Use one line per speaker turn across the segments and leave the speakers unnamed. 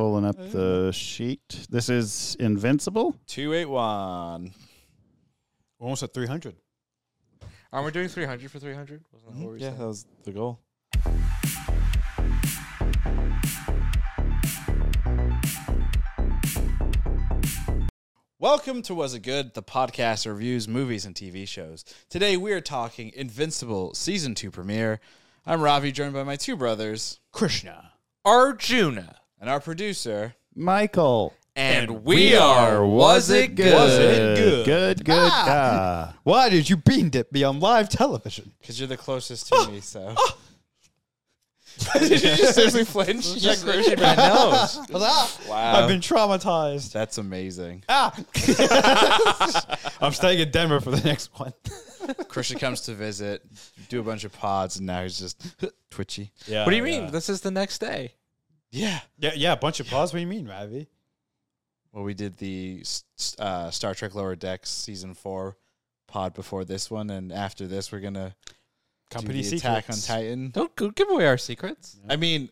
up the sheet. This is Invincible.
281.
Almost at 300.
Aren't we doing 300 for 300? Wasn't that what we
Yeah,
said?
that was the goal. Welcome to Was It Good, the podcast that reviews movies and TV shows. Today we are talking Invincible Season 2 premiere. I'm Ravi, joined by my two brothers
Krishna.
Arjuna.
and our producer.
Michael.
And, we are Was It Good?
Was It Good?
Good, good. Ah.
Why did you bean dip me on live television?
Because you're the closest to me, so.
Did you just seriously flinch?
Just scratching my nose.
Ah,
Wow.
I've been traumatized.
That's amazing.
Ah. I'm staying in Denver for the next one.
Christian comes to visit, do a bunch of pods, and now he's just twitchy.
Yeah.
What do you mean? This is the next day.
Yeah.
Yeah, yeah, a bunch of pause. What do you mean, Ravi?
Well, we did the s- s- uh, Star Trek Lower Decks season four pod before this one, and after this, we're gonna
Company
do the Attack on
secrets.
Titan.
Don't go give away our secrets.
I mean,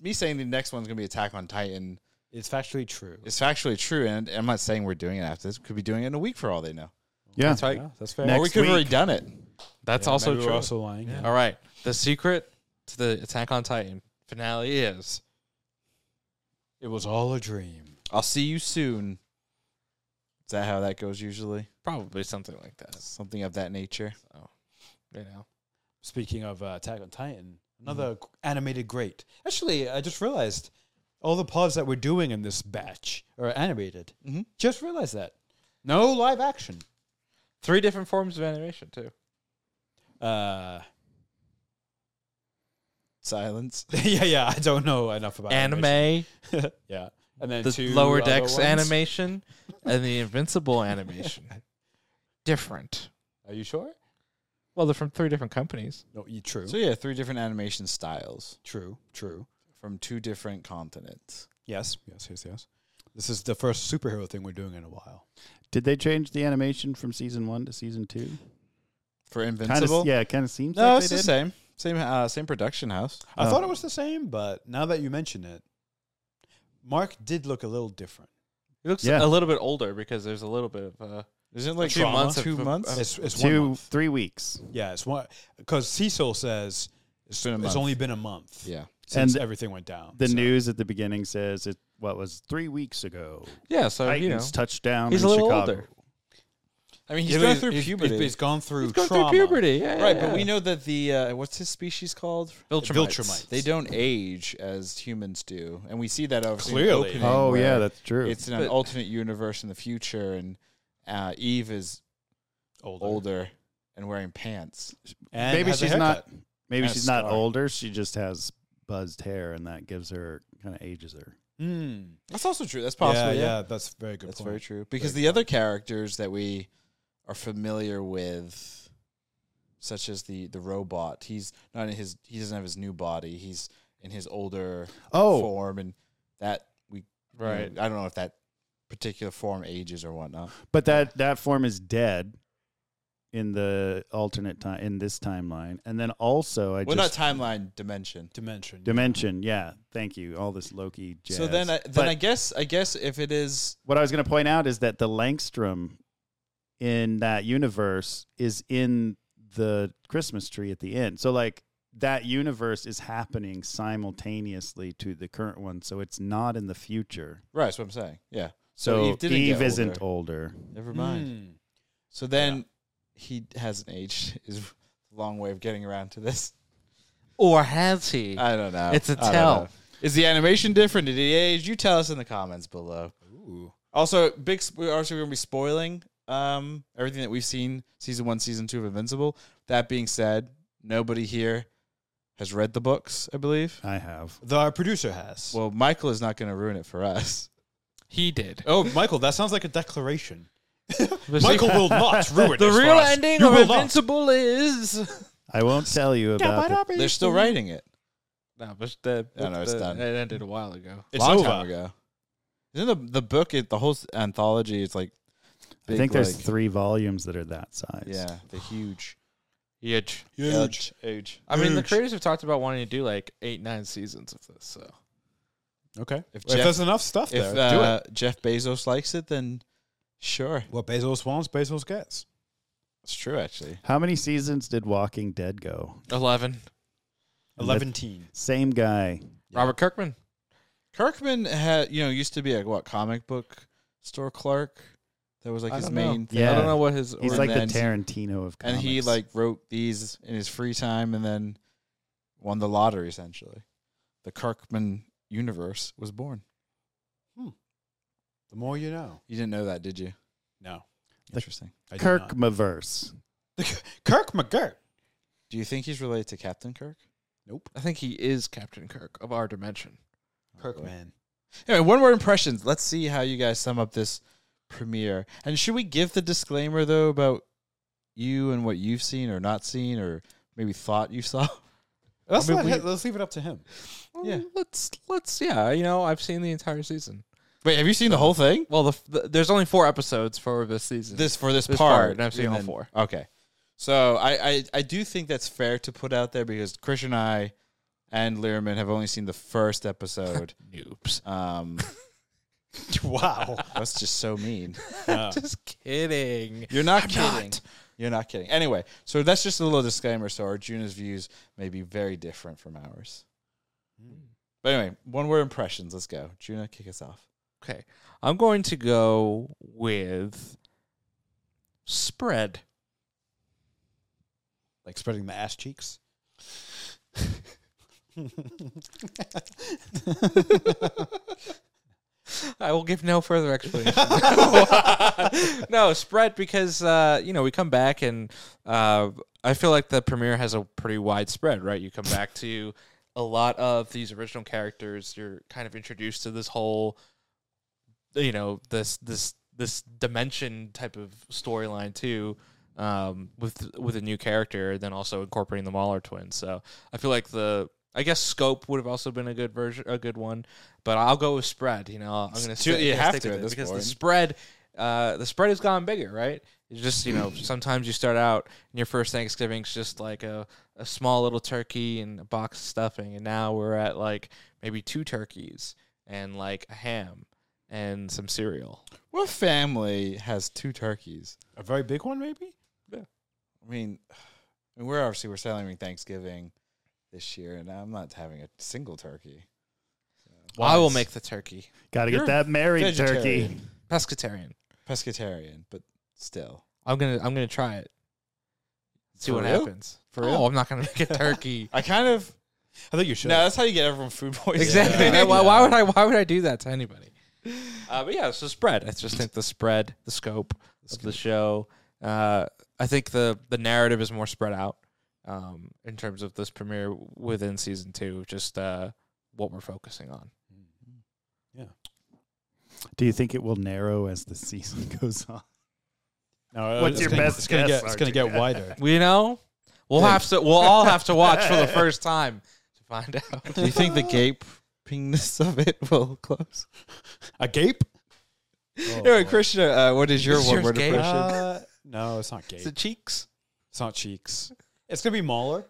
me saying the next one's gonna be Attack on Titan
It's factually true.
is factually true, and I'm not saying we're doing it after this. We Could be doing it in a week for all they know,
Yeah.
That's right.
Yeah, that's fair.
Next
or we could have
week.
already done it.
That's
Yeah,
also
maybe we're
true.
also lying. Yeah.
All right. The secret to the Attack on Titan finale is
It was all a dream.
I'll see you soon. Is that how that goes usually?
probably something like that.
Something of that nature.
Oh.
You know.
Speaking of uh, Attack on Titan, another
Mm-hmm.
g- animated great. Actually, I just realized all the pods that we're doing in this batch are animated.
Mm-hmm.
Mhm.
Just realized that. No live action.
Three different forms of animation too.
Uh,
Silence.
yeah, yeah. I don't know enough about animation.
Anime,
yeah, and then
the
two
lower
other
decks
ones.
animation, and the invincible animation. Different.
Are you sure?
Well, they're from three different companies.
No, you true,
So yeah, three different animation styles
true, true.
from two different continents.
Yes, yes, yes, yes. This is the first superhero thing we're doing in a while.
Did they change the animation from season one to season two?
For
Kind
Invincible,
of, yeah, kind of seems
No,
like
it's
they
the
did.
same. Same uh, same production house.
I
Oh.
thought it was the same, but now that you mention it, Mark did look a little different.
It looks
Yeah.
a little bit older because there's a little bit of uh,
Isn't it like
Two months of-
Two
of-
months.
of-
It's, it's one
Two,
month.
three weeks.
Yeah, it's one because Cecil says
It's been a
it's
month.
only been a month
yeah.
since
And
everything went down.
The
so-
news at the beginning says it. What was three weeks ago?
yeah. So
Titans
you know,
touchdown.
he's
in
a little
Chicago.
older.
I mean, he's
Yeah, but
going through
he's-
puberty,
He's gone through
He's going
trauma.
through puberty, yeah,
right?
yeah,
But we
yeah.
know that the uh, what's his species called?
Viltrumites.
Viltrumites.
They don't age as humans do, and we see that obviously in the
Clearly.
opening
Oh
where
yeah, that's true.
it's in an
But-
alternate universe in the future, and uh, Eve is
Older.
older and wearing pants.
And
Maybe
has a
she's not-
haircut.
Maybe
and a
she's not
scar.
older. She just has buzzed hair, and that gives her kind of ages her.
Mm.
That's also true. That's possible.
Yeah,
yeah.
yeah, that's very good.
That's
point.
very true. Because the other characters that we are familiar with, such as the the robot, he's not in his he doesn't have his new body. He's in his older
Oh.
form, and that we you know,
Right.
I don't know if that particular form ages or whatnot.
But that that form is dead in the alternate time in this timeline, and then also I
well, not
just
timeline dimension.
Dimension.
dimension. Yeah, thank you. All this Loki. Jazz.
So then, I, then
But
I guess I guess if it is
what I was going to point out is that the Langstrom in that universe is in the Christmas tree at the end. So like that universe is happening simultaneously to the current one, so it's not in the future.
right, that's what I'm saying. Yeah.
So,
Eve didn't get
Eve
older.
isn't older.
Never mind.
Mm.
So then he hasn't aged. Is a long way of getting around to this.
Or has he?
I don't know.
It's a
I don't
tell.
know. Is the animation different? Did it age? You tell us in the comments below.
Ooh.
Also, big. Sp- we're also going to be spoiling um, everything that we've seen season one, season two of Invincible. That being said, nobody here has read the books. I believe.
I have.
The, our producer has.
Well, Michael is not going to ruin it for us.
he did.
oh, Michael, that sounds like a declaration.
The
Michael will not ruin
The
this for
real
us.
ending
You
of
will not.
Invincible is.
I won't tell you about it.
They're still writing it.
No, but the,
I know, it's
the-
done.
It ended a while ago.
It's
long
over.
time ago. Isn't the the book? It, the whole s- anthology. It's like.
I
big,
think there's
like-
three volumes that are that size.
Yeah, the huge,
Huge.
huge, huge.
I mean, the
Huge.
creators have talked about wanting to do like eight, nine seasons of this. So
Okay.
If
If
Jeff-
there's enough stuff
If
there, do it.
uh, Jeff Bezos likes it, then sure.
What Bezos wants, Bezos gets.
It's true, actually.
How many seasons did Walking Dead go?
Eleven.
And
Eleven teen.
Same guy.
Robert Kirkman.
Kirkman had, you know, used to be a what comic book store clerk. That was like
I
his
don't know.
main.
Yeah.
I don't know what his.
He's
Or
like the
then-
Tarantino of
and
comics.
he like wrote these in his free time and then won the lottery essentially the kirkman universe was born
The more you know.
you didn't know that did you
No.
The-
interesting
I did not.
Kirkmaverse.
Kirk McGurk.
do you think he's related to captain kirk
I think he is Captain Kirk of our dimension.
Kirkman.
anyway one word impressions let's see how you guys sum up this premiere and should we give the disclaimer though about you and what you've seen or not seen or maybe thought you saw
Let's,
I mean,
let
we-
him- let's leave it up to him.
Yeah.
Let's let's yeah. You know, I've seen the entire season.
wait have you seen the whole thing
Well, the, the there's only four episodes for this season.
this for this,
This
part,
part, and I've seen all
then-
four.
Okay, so I, I I do think that's fair to put out there because Christian and I and Learman have only seen the first episode.
noobs.
um,
wow.
that's just so mean.
Yeah.
Just kidding.
You're not kidding. You're not kidding. Anyway, so that's just a little disclaimer. So Arjuna's views may be very different from ours. But anyway, one word impressions. Let's go. Arjuna, kick us off.
Okay, I'm going to go with spread.
like spreading the ass cheeks.
I will give no further explanation. no, spread because uh, you know we come back and uh, I feel like the premiere has a pretty wide spread, right? You come back to a lot of these original characters. You're kind of introduced to this whole, you know, this this this dimension type of storyline too, um, with with a new character, and then also incorporating the Mahler twins. So I feel like the I guess scope would have also been a good version, a good one, but I'll go with spread. You know, I'm gonna
Dude,
sti-
you
I'm gonna
have
stick
to
with
at
it
this
because
point.
the spread, uh, the spread has gone bigger, right? It's just you know sometimes you start out and your first Thanksgiving's just like a a small little turkey and a box of stuffing, and now we're at like maybe two turkeys and like a ham and some cereal.
What family has two turkeys?
A very big one, maybe?
I mean, I mean, we're obviously we're celebrating Thanksgiving this year, and I'm not having a single turkey.
I will make the turkey
Got to
You're
get that married turkey.
vegetarian.
pescatarian.
pescatarian, but still.
I'm gonna I'm gonna try it. See
For
what
real?
happens. For
real?
Oh, I'm not gonna make a turkey.
I kind of
I think you should.
no. That's how you get everyone food poisoning.
Exactly.
Yeah.
Why, why would I? Why would I do that to anybody? Uh, but yeah, so spread. I just think the spread, the scope of the show. Uh, I think the the narrative is more spread out um, in terms of this premiere within season two. Just uh, what we're focusing on.
Do you think it will narrow as the season goes on?
No, uh,
What's
it's
your
gonna-
best
it's gonna
guess,
get, It's going to
Archie?
get wider.
You know, we'll have to. We'll all have to watch for the first time to find out.
Do you think the gapingness of it will close?
A gape?
anyway, Krishna, uh, what is your
Is
one
yours
word
gay?
impression?
Oh, Uh, no, it's not gape.
Is it cheeks?
It's not cheeks. It's gonna be Mauler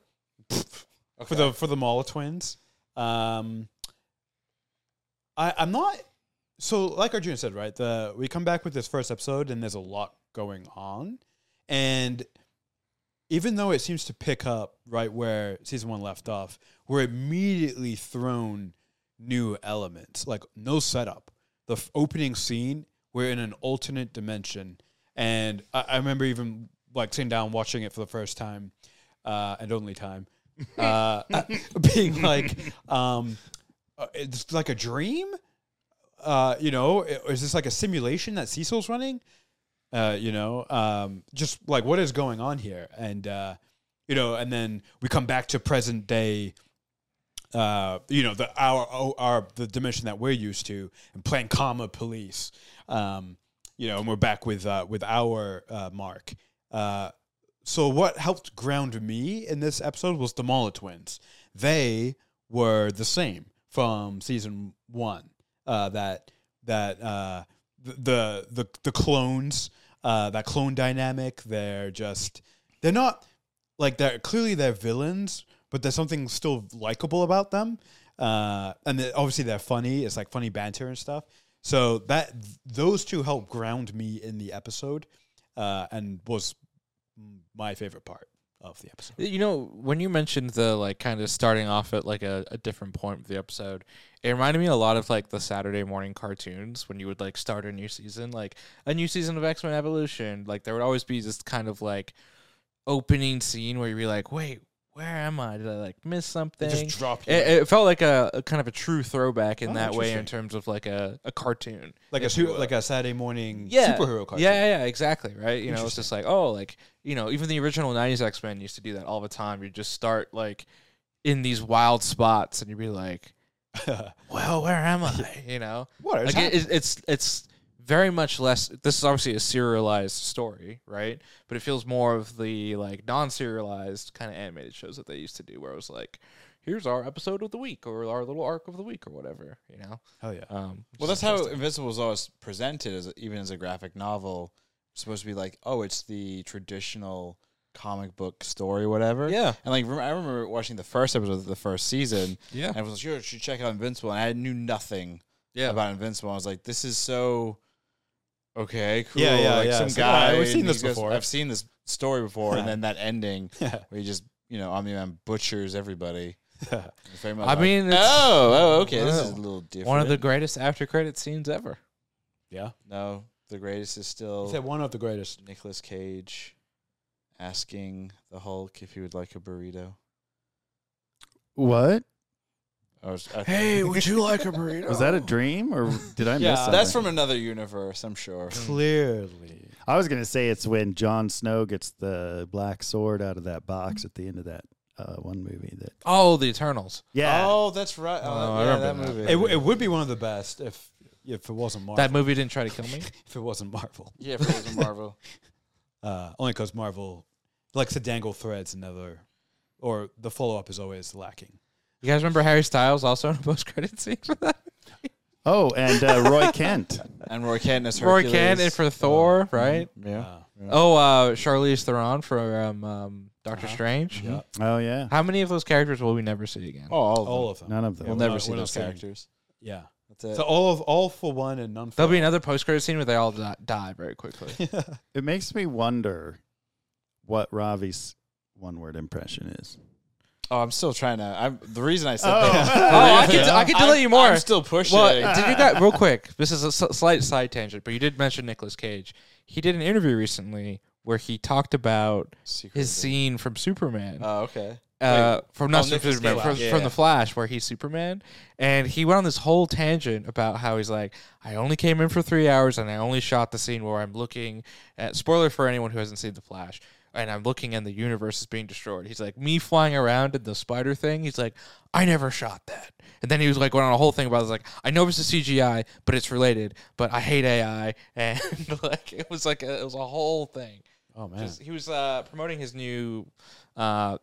for the for the Mauler twins. Um, I I'm not so like Arjuna said, right? The we come back with this first episode and there's a lot going on, and even though it seems to pick up right where season one left off, we're immediately thrown new elements like no setup. The f- opening scene, we're in an alternate dimension, and I, I remember even like sitting down watching it for the first time, uh, and only time, uh, being like, um, uh, it's like a dream. Uh, you know, i- is this like a simulation that Cecil's running? Uh, you know, um, just like what is going on here, and uh, you know, and then we come back to present day. Uh, you know, the our our the dimension that we're used to, and playing comma police. Um, you know, and we're back with uh, with our uh, Mark. Uh, so what helped ground me in this episode was the Mala twins. They were the same from season one. Uh, that that uh, th- the the the clones uh, that clone dynamic. They're just they're not like they're clearly they're villains, but there's something still likable about them. uh, and the, obviously they're funny. It's like funny banter and stuff. So that those two help ground me in the episode, uh, and was my favorite part of the episode.
You know, when you mentioned the like kind of starting off at like a, a different point of the episode, it reminded me a lot of like the Saturday morning cartoons when you would like start a new season, like a new season of X Men Evolution. Like there would always be this kind of like opening scene where you'd be like, wait, where am I? Did I like miss something?
They just drop you.
it, it felt like a, a kind of a true throwback in
Oh,
that way in
interesting.
terms of like a, a cartoon.
Like a
if you
su-
will.
like a Saturday morning
Yeah.
superhero cartoon.
Yeah, yeah, yeah, exactly. Right. You know, it's just like, oh, like, you know, even the original 90s X Men used to do that all the time. You just start like in these wild spots and you'd be like, well, where am I? You know,
What is
like, it, it- it's, it's very much less. This is obviously a serialized story, right? But it feels more of the like non serialized kind of animated shows that they used to do where it was like, here's our episode of the week or our little arc of the week or whatever, you know?
Hell yeah.
Um,
Well,
which is
that's how
interesting.
Invincible was always presented, as even as a graphic novel, It's supposed to be like, oh, it's the traditional comic book story, whatever.
Yeah.
And like, rem- I remember watching the first episode of the first season,
Yeah.
and I was like, you should check out Invincible, and I knew nothing
Yeah.
about Invincible. I was like, this is so okay, cool.
Yeah, yeah,
like
yeah.
some
It's like, all
guy.
right, we've seen
and
this
he goes,
before.
I've seen this story before, and then that ending
Yeah.
where he just, you know, Omni Man butchers everybody. It's very much
I
like,
mean, it's-
oh, oh, okay, this
Wow.
is a little different.
One of the greatest after credit scenes ever.
yeah.
No, the greatest is
Is that
still
one of the greatest?
Nicolas Cage asking the Hulk if he would like a burrito.
What
I was- I-
would you like a burrito?
was that a dream or did I
Yeah,
miss something?
that's from another universe, I'm sure.
Clearly.
I was gonna say it's when Jon Snow gets the black sword out of that box at the end of that uh, one movie that
Oh, the Eternals.
yeah
Oh, that's right. Oh,
Oh, I
yeah,
remember
that
that.
movie.
It, w- it would be one of the best if if it wasn't Marvel.
That movie didn't try to kill me.
if it wasn't Marvel.
yeah, if it was a Marvel.
Uh, only because Marvel likes to dangle threads and never, or the follow up is always lacking.
You guys remember Harry Styles also in a post credit scene for that?
oh and uh, Roy Kent
And Roy Kent as
Roy
Hercules.
Kent and for Thor, right?
Mm-hmm. Yeah.
Uh,
Oh, uh, Charlize Theron from um, um, Doctor
Uh-huh.
Strange.
Yeah.
oh yeah
How many of those characters will we never see again?
Oh, all of them.
all of them.
none of them
We'll
Yeah.
never
We're
see
not
those
seeing-
characters.
Yeah.
That's it.
So all of all for one and none for
There'll be
all.
another post credit scene where they all di- die very quickly.
it makes me wonder what Ravi's one word impression is
oh, I'm still trying to. I'm, the reason I said
Oh.
that.
Oh, I could- I could
I'm-
delay you more.
I'm still pushing.
Well, uh, did you guys real quick? This is a s- slight side tangent, but you did mention Nicolas Cage. He did an interview recently where he talked about
Secret
his
Invasion.
scene from Superman.
Oh, okay.
uh, from not
Oh,
Super-
Nicolas
Superman,
Cage.
from,
Yeah,
from
yeah.
the Flash, where he's Superman, and he went on this whole tangent about how he's like, I only came in for three hours, and I only shot the scene where I'm looking at. Spoiler for anyone who hasn't seen the Flash. And I'm looking, and the universe is being destroyed. He's like, me flying around in the spider thing. He's like, I never shot that. And then he was like, going on a whole thing about, it. like, I know this is CGI, but it's related. But I hate AI, and like, it was like, a, it was a whole thing.
Oh man.
Just- he was uh, promoting his new uh,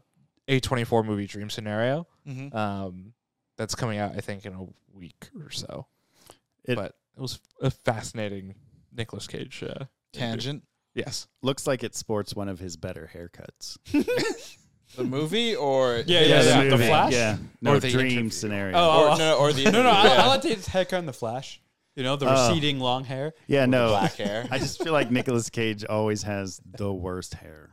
A24 movie Dream Scenario.
Mm-hmm.
Um, that's coming out, I think, in a week or so.
It-
but it was a fascinating Nicolas Cage. Uh, interview.
Tangent.
Yes.
looks like it sports one of his better haircuts
The movie or
Yeah, yeah,
the
yeah.
movie.
Flash.
yeah no
Or the
dream
interview.
scenario
Oh,
Or, no, or the
no, no. I,
Yeah.
I like his haircut in the Flash. You know the
Oh.
receding long hair.
yeah no
black hair.
Oh.
I just feel like Nicolas Cage always has the worst hair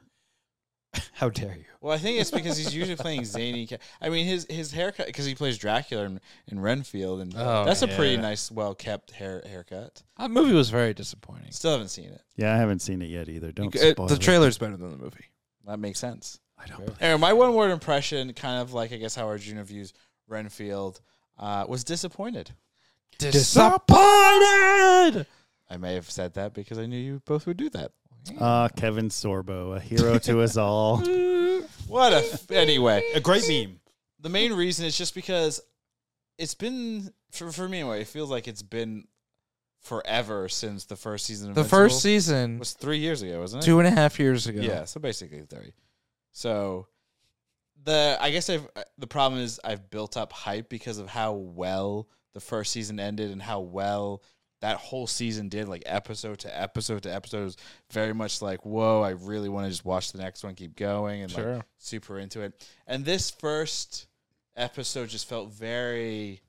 How dare you?
Well, I think it's because he's usually playing zany. Ca- I mean, his his haircut because he plays Dracula in, in Renfield, and
Oh,
that's a pretty
yeah.
nice, well kept hair haircut.
That movie was very disappointing.
Still haven't seen it.
yeah I haven't seen it yet either don't
uh,
It-
spoil
the
it.
trailer's better than the movie.
That makes sense.
I don't believe-
Anyway, my one word impression, kind of like I guess how Arjuna views Renfield, uh, was disappointed.
Disappointed!
I may have said that because I knew you both would do that.
Ah, Kevin Sorbo, a hero to us all.
What a f- anyway.
A great meme.
the main reason is just because it's been for, for me anyway. It feels like it's been forever since the first season. of
The
Invincible.
first season,
was three years ago, wasn't it?
two and a half years ago.
yeah. so basically three. So the I guess I've the problem is I've built up hype because of how well the first season ended and how well that whole season did, like episode to episode to episode. It was very much like, whoa, I really want to just watch the next one, keep going, and like
Sure.
super into it. And this first episode just felt very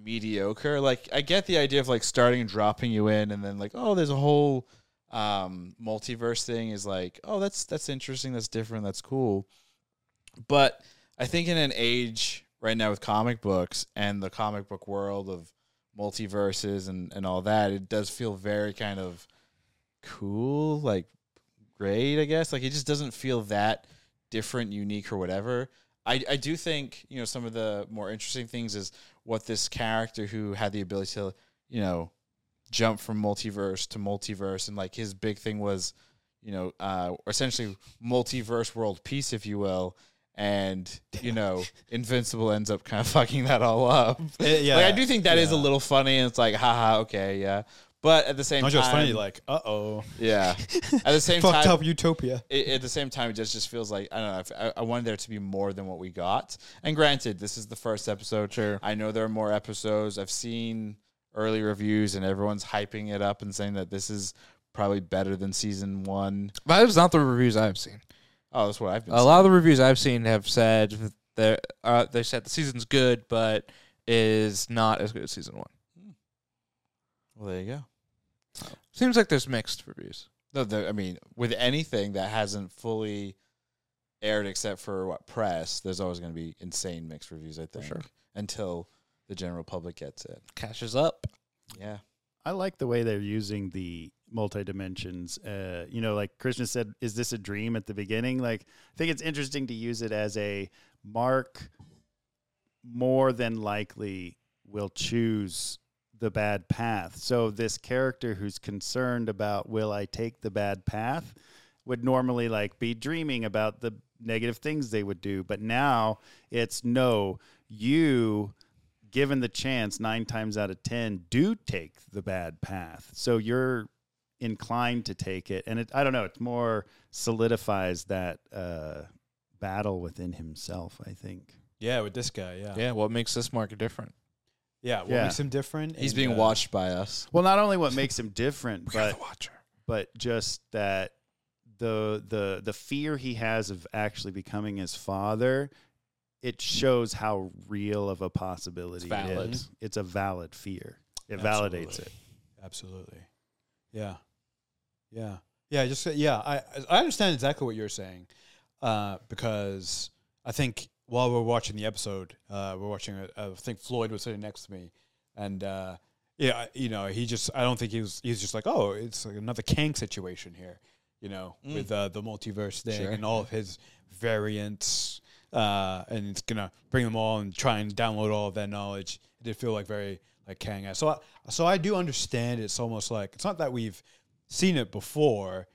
mediocre. Like I get the idea of like starting and dropping you in and then like, oh, there's a whole um multiverse thing is like, oh, that's that's interesting, that's different, that's cool. But I think in an age right now with comic books and the comic book world of multiverses and, and all that, it does feel very kind of cool, like great, I guess. Like it just doesn't feel that different, unique, or whatever. I, I do think, you know, some of the more interesting things is what this character who had the ability to, you know, jump from multiverse to multiverse and like his big thing was, you know, uh essentially multiverse world peace, if you will. And you know, Invincible ends up kind of fucking that all up.
Eh, yeah.
Like I do think that is a
Yeah.
little funny, and it's like, haha, okay, yeah. But at the same
Not
time,
just funny, like, uh oh.
yeah. At the same
Fucked
time,
up utopia.
it, at the same time, it just just feels like I don't know. if- I, I wanted there to be more than what we got. And granted, this is the first episode.
Sure.
I know there are more episodes. I've seen early reviews, and everyone's hyping it up and saying that this is probably better than season one.
But that was not the reviews I've seen.
Oh, that's what I've been.
A lot of the reviews I've seen have said that uh, they said the season's good, but is not as good as season one.
Well, there you go.
Seems like there's mixed reviews.
No, there- I mean, with anything that hasn't fully aired except for what press, there's always going to be insane mixed reviews. I think
sure.
until the general public gets it.
Cashes up.
Yeah.
I like the way they're using the multi dimensions. Uh, you know, like Krishna said, is this a dream at the beginning? Like, I think it's interesting to use it as a mark. More than likely, will choose the bad path. So this character who's concerned about will I take the bad path would normally like be dreaming about the negative things they would do, but now it's no, you given the chance 9 times out of 10 do take the bad path. So you're inclined to take it and it I don't know, it's more solidifies that uh battle within himself, I think.
Yeah, with this guy, yeah.
Yeah, what makes this market different?
Yeah, what
Yeah.
makes him different?
He's
and,
being
uh,
watched by us.
Well, not only what makes him different,
You're
but
the watcher.
but just that the the the fear he has of actually becoming his father it shows how real of a possibility
It's valid.
it is it's a valid fear it validates it
Absolutely. Yeah. Yeah. Yeah. Just yeah. I I understand exactly what you're saying, uh, because I think while we're watching the episode, uh, we're watching. it- I think Floyd was sitting next to me, and uh, yeah, I- you know, he just. I don't think he was. He's just like, oh, it's like another Kang situation here, you know, with uh, the multiverse thing
Sure.
and all of his variants. Uh, and it's gonna bring them all and try and download all of that knowledge. It did feel like very like Kang. So I, so I do understand. It's almost like it's not that we've seen it before.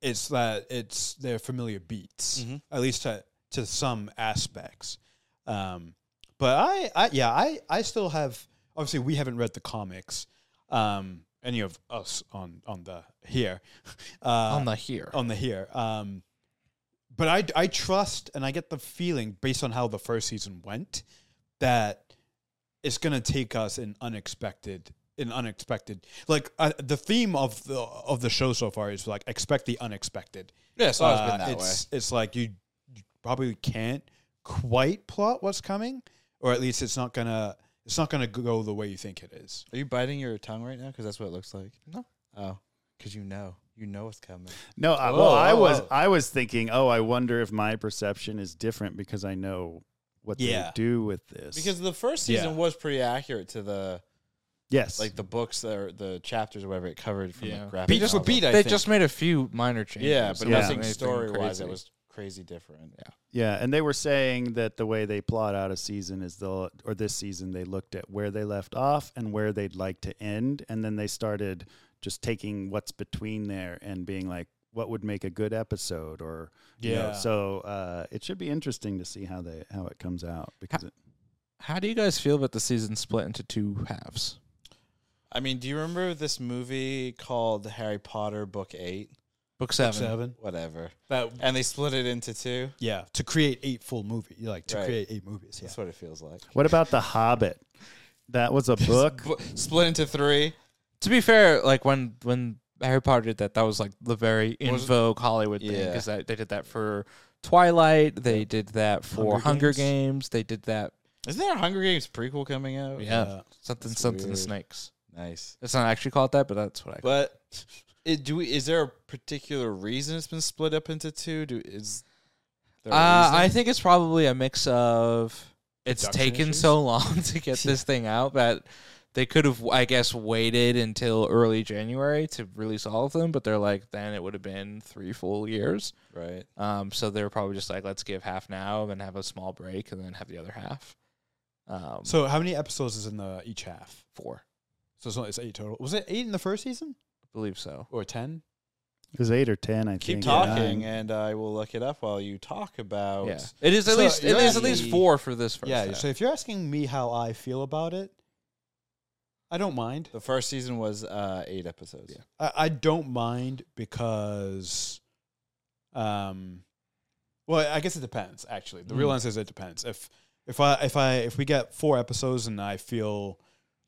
It's that it's their familiar beats,
Mhm.
at least to to some aspects. Um, but I, I yeah, I I still have. Obviously, we haven't read the comics. Um, any of us on on the here uh,
on the here.
on the here. Um, but I, I trust and I get the feeling based on how the first season went that it's gonna take us in unexpected in unexpected like uh, the theme of the of the show so far is like expect the unexpected.
Yeah, it's always been
Uh,
that
it's, It's like you, you probably can't quite plot what's coming, or at least it's not gonna it's not gonna go the way you think it is.
way. Are you biting your tongue right now? Because that's what it looks like. No. Oh, because you know, you know what's coming.
no I,
Oh,
well i
oh,
was
oh.
i was thinking oh i wonder if my perception is different because i know what
Yeah.
they do with this
Because the first season
Yeah.
was pretty accurate to the
yes
like the books that are, the chapters or whatever it covered from
Yeah.
the graphic.
Beat for
novel.
beat, they just made a few minor changes.
yeah, but
It
Yeah.
wasn't
nothing
anything
story wise.
crazy.
It was crazy different. Yeah.
Yeah, and they were saying that the way they plot out a season is they'll or this season they looked at where they left off and where they'd like to end, and then they started just taking what's between there and being like, what would make a good episode, or you know,
Yeah.
so uh, it should be interesting to see how they how it comes out because it,
How do you guys feel about the season split into two halves?
I mean, do you remember this movie called Harry Potter Book Eight?
Book seven.
Whatever.
That
And they split it into two.
yeah to create eight full movie like to
Right.
create eight movies. Yeah.
That's what it feels like.
what about the Hobbit? That was a book.
Bu- split into three.
To be fair, like when when Harry Potter did that, that was like the very in
Was-
vogue Hollywood thing
Yeah.
because they did that for Twilight. They did that for
Hunger
Hunger
Games.
Games. They did that.
Isn't there a Hunger Games prequel coming out?
Yeah,
Uh,
something
that's
something
weird.
snakes.
Nice.
It's not actually called that, but that's what I.
But it, do we, is there a particular reason it's been split up into two? Do is there a
Uh,
reason?
I think it's probably a mix of it's
Production
taken
issues?
so long to get this thing out that they could have, I guess, waited until early January to release all of them. But they're like, then it would have been three full years.
right.
Um, so they were probably just like, let's give half now and have a small break and then have the other half. Um,
So how many episodes is in the each half?
four,
So it's, only, it's eight total. Was it eight in the first season
I believe so.
or ten?
It was eight or ten, I
Keep
think.
talking,
nine.
and I will look it up while you talk about.
Yeah, it is at
So
least it
you're
is at least
actually-
four for this first.
Yeah.
half.
So if you're asking me how I feel about it, I don't mind.
The first season was uh, eight episodes.
Yeah.
I, I don't mind because, um, well, I guess it depends. Actually, the real
Mhm.
answer is it depends. If if I if I if we get four episodes and I feel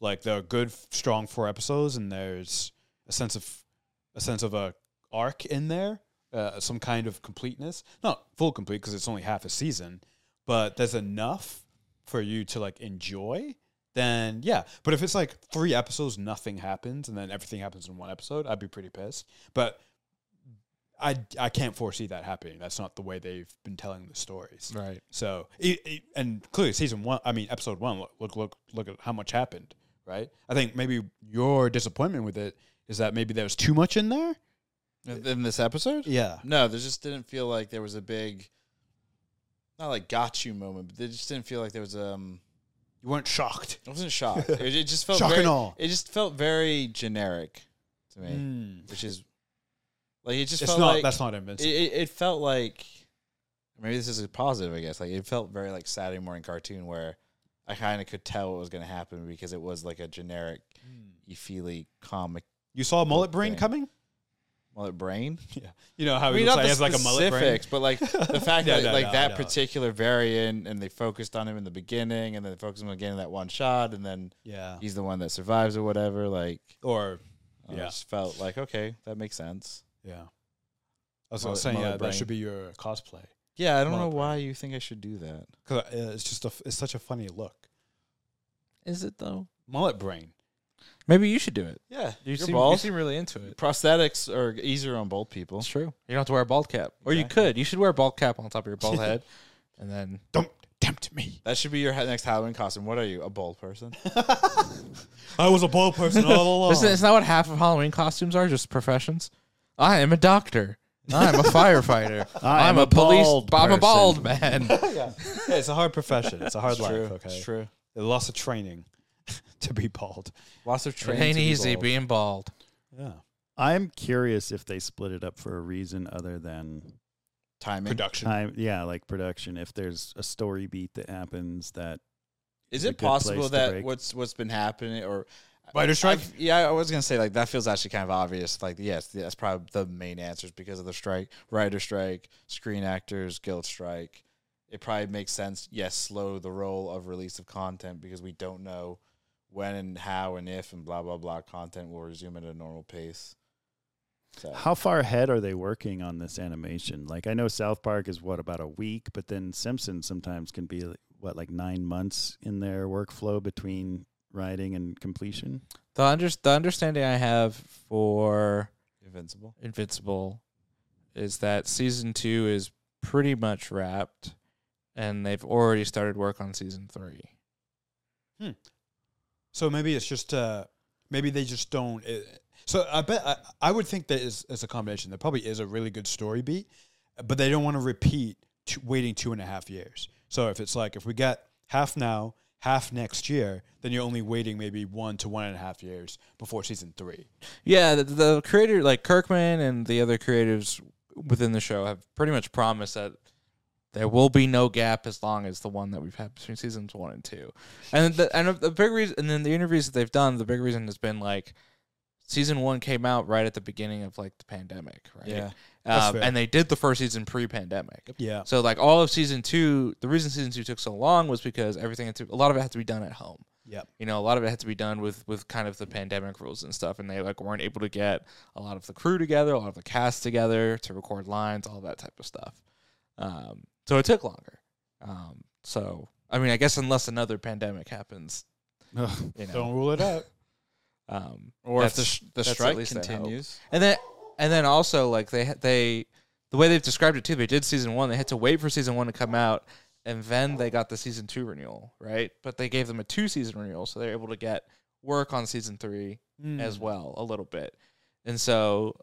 like they're good, strong four episodes, and there's a sense of a sense of a arc in there, uh, some kind of completeness. Not full complete because it's only half a season, but there's enough for you to like enjoy. Then yeah, but if it's like three episodes, nothing happens, and then everything happens in one episode, I'd be pretty pissed. But I I can't foresee that happening. That's not the way they've been telling the stories.
right.
So, it, it, and clearly, season one, I mean, episode one, look, look, look, look at how much happened, right? I think maybe your disappointment with it is that maybe there was too much in there.
In this episode?
Yeah.
No, there just didn't feel like there was a big, not like got you moment, but it just didn't feel like there was. Um,
You weren't shocked.
I wasn't shocked. it, it just felt
Shock
very,
and awe.
It just felt very generic to me,
Mm.
which is like it just
It's
felt
not,
like
that's not
it,
invincible.
it, it felt like maybe this is a positive, I guess. Like it felt very like Saturday morning cartoon where I kind of could tell what was going to happen because it was like a generic, feely comic.
Mm. you saw mullet brain
thing.
coming?
Well, brain.
You know how
I mean,
he,
not
looks
the
like, he has like a mullet brain?
specifics, but like the fact
No,
that
no,
like
no,
that
no.
particular variant, and they focused on him in the beginning, and then they focused on him again in that one shot, and then
Yeah.
he's the one that survives or whatever. Like,
Or,
I
Yeah.
just felt like okay, that makes sense.
yeah. I was, I
Mullet-
was saying,
mullet
yeah,
brain.
that should be your cosplay.
Yeah, I don't
Well,
know why you think I should do that.
Because it's just a, f- it's such a funny look.
Is it though?
Mullet brain.
Maybe you should do it.
Yeah,
You
your
seem you
balls.
seem really into it.
prosthetics are easier on bald people.
It's true. You don't have to wear a bald cap, or you
Exactly.
could. You should wear a bald cap on top of your bald head, and then
Don't tempt me.
That should be your ha- next Halloween costume. What are you, a bald person?
I was a bald person all along.
Isn't, isn't that what half of Halloween costumes are? Just professions. I am a doctor. I'm a firefighter.
I am
I'm a,
a
police.
bald
I'm a
person.
bald man.
Yeah, it's a hard profession. It's a hard life. Okay,
It's true.
lots of training to be bald.
Lots of
it
training.
ain't
to be
easy
bald.
being bald.
Yeah,
I'm curious if they split it up for a reason other than
timing.
production.
time. Yeah, like production. If there's a story beat that happens, that
Is
is a
it
good place
possible
to
that
break.
what's what's been happening or
Writer strike.
I've- yeah, I was gonna say like that feels actually kind of obvious. Like yes, that's probably the main answers because of the strike, writer strike, screen actors guild strike. It probably makes sense. Yes, slow the roll of release of content because we don't know when and how and if and blah blah blah. Content will resume at a normal pace. So
how far ahead are they working on this animation? Like I know South Park is what about a week, but then Simpsons sometimes can be what like nine months in their workflow between writing and completion.
The under, the understanding I have for
invincible.
Invincible is that season two is pretty much wrapped, and they've already started work on season three.
So maybe it's just uh, maybe they just don't. It, so I bet I, I would think that is it's a combination. There probably is a really good story beat, but they don't want to repeat two, waiting two and a half years. So if it's like if we get half now, half next year, then you're only waiting maybe one to one and a half years before season three.
Yeah, the, the creator, like Kirkman and the other creatives within the show, have pretty much promised that there will be no gap as long as the one that we've had between seasons one and two. And the, and the big reason, and then the interviews that they've done, the big reason has been like season one came out right at the beginning of like the pandemic, right?
Yeah.
That's
um,
fair.
and they did the first season pre-pandemic.
Yeah.
So like all of season two, the reason season two took so long was because everything had to, a lot of it had to be done at home
Yep.
you know a lot of it had to be done with with kind of the pandemic rules and stuff and they like weren't able to get a lot of the crew together a lot of the cast together to record lines all that type of stuff Um, so it took longer. Um, so I mean, I guess unless another pandemic happens,
Ugh.
you know.
Don't rule it out.
Um,
Or if the
that's-
sh- the
that's at
strike
least I hope.
continues,
and then and then also like they they the way they've described it too, they did season one. They had to wait for season one to come out, and then they got the season two renewal, right? But they gave them a two season renewal, so they're able to get work on season three
Mm. Hmm.
as well a little bit. And so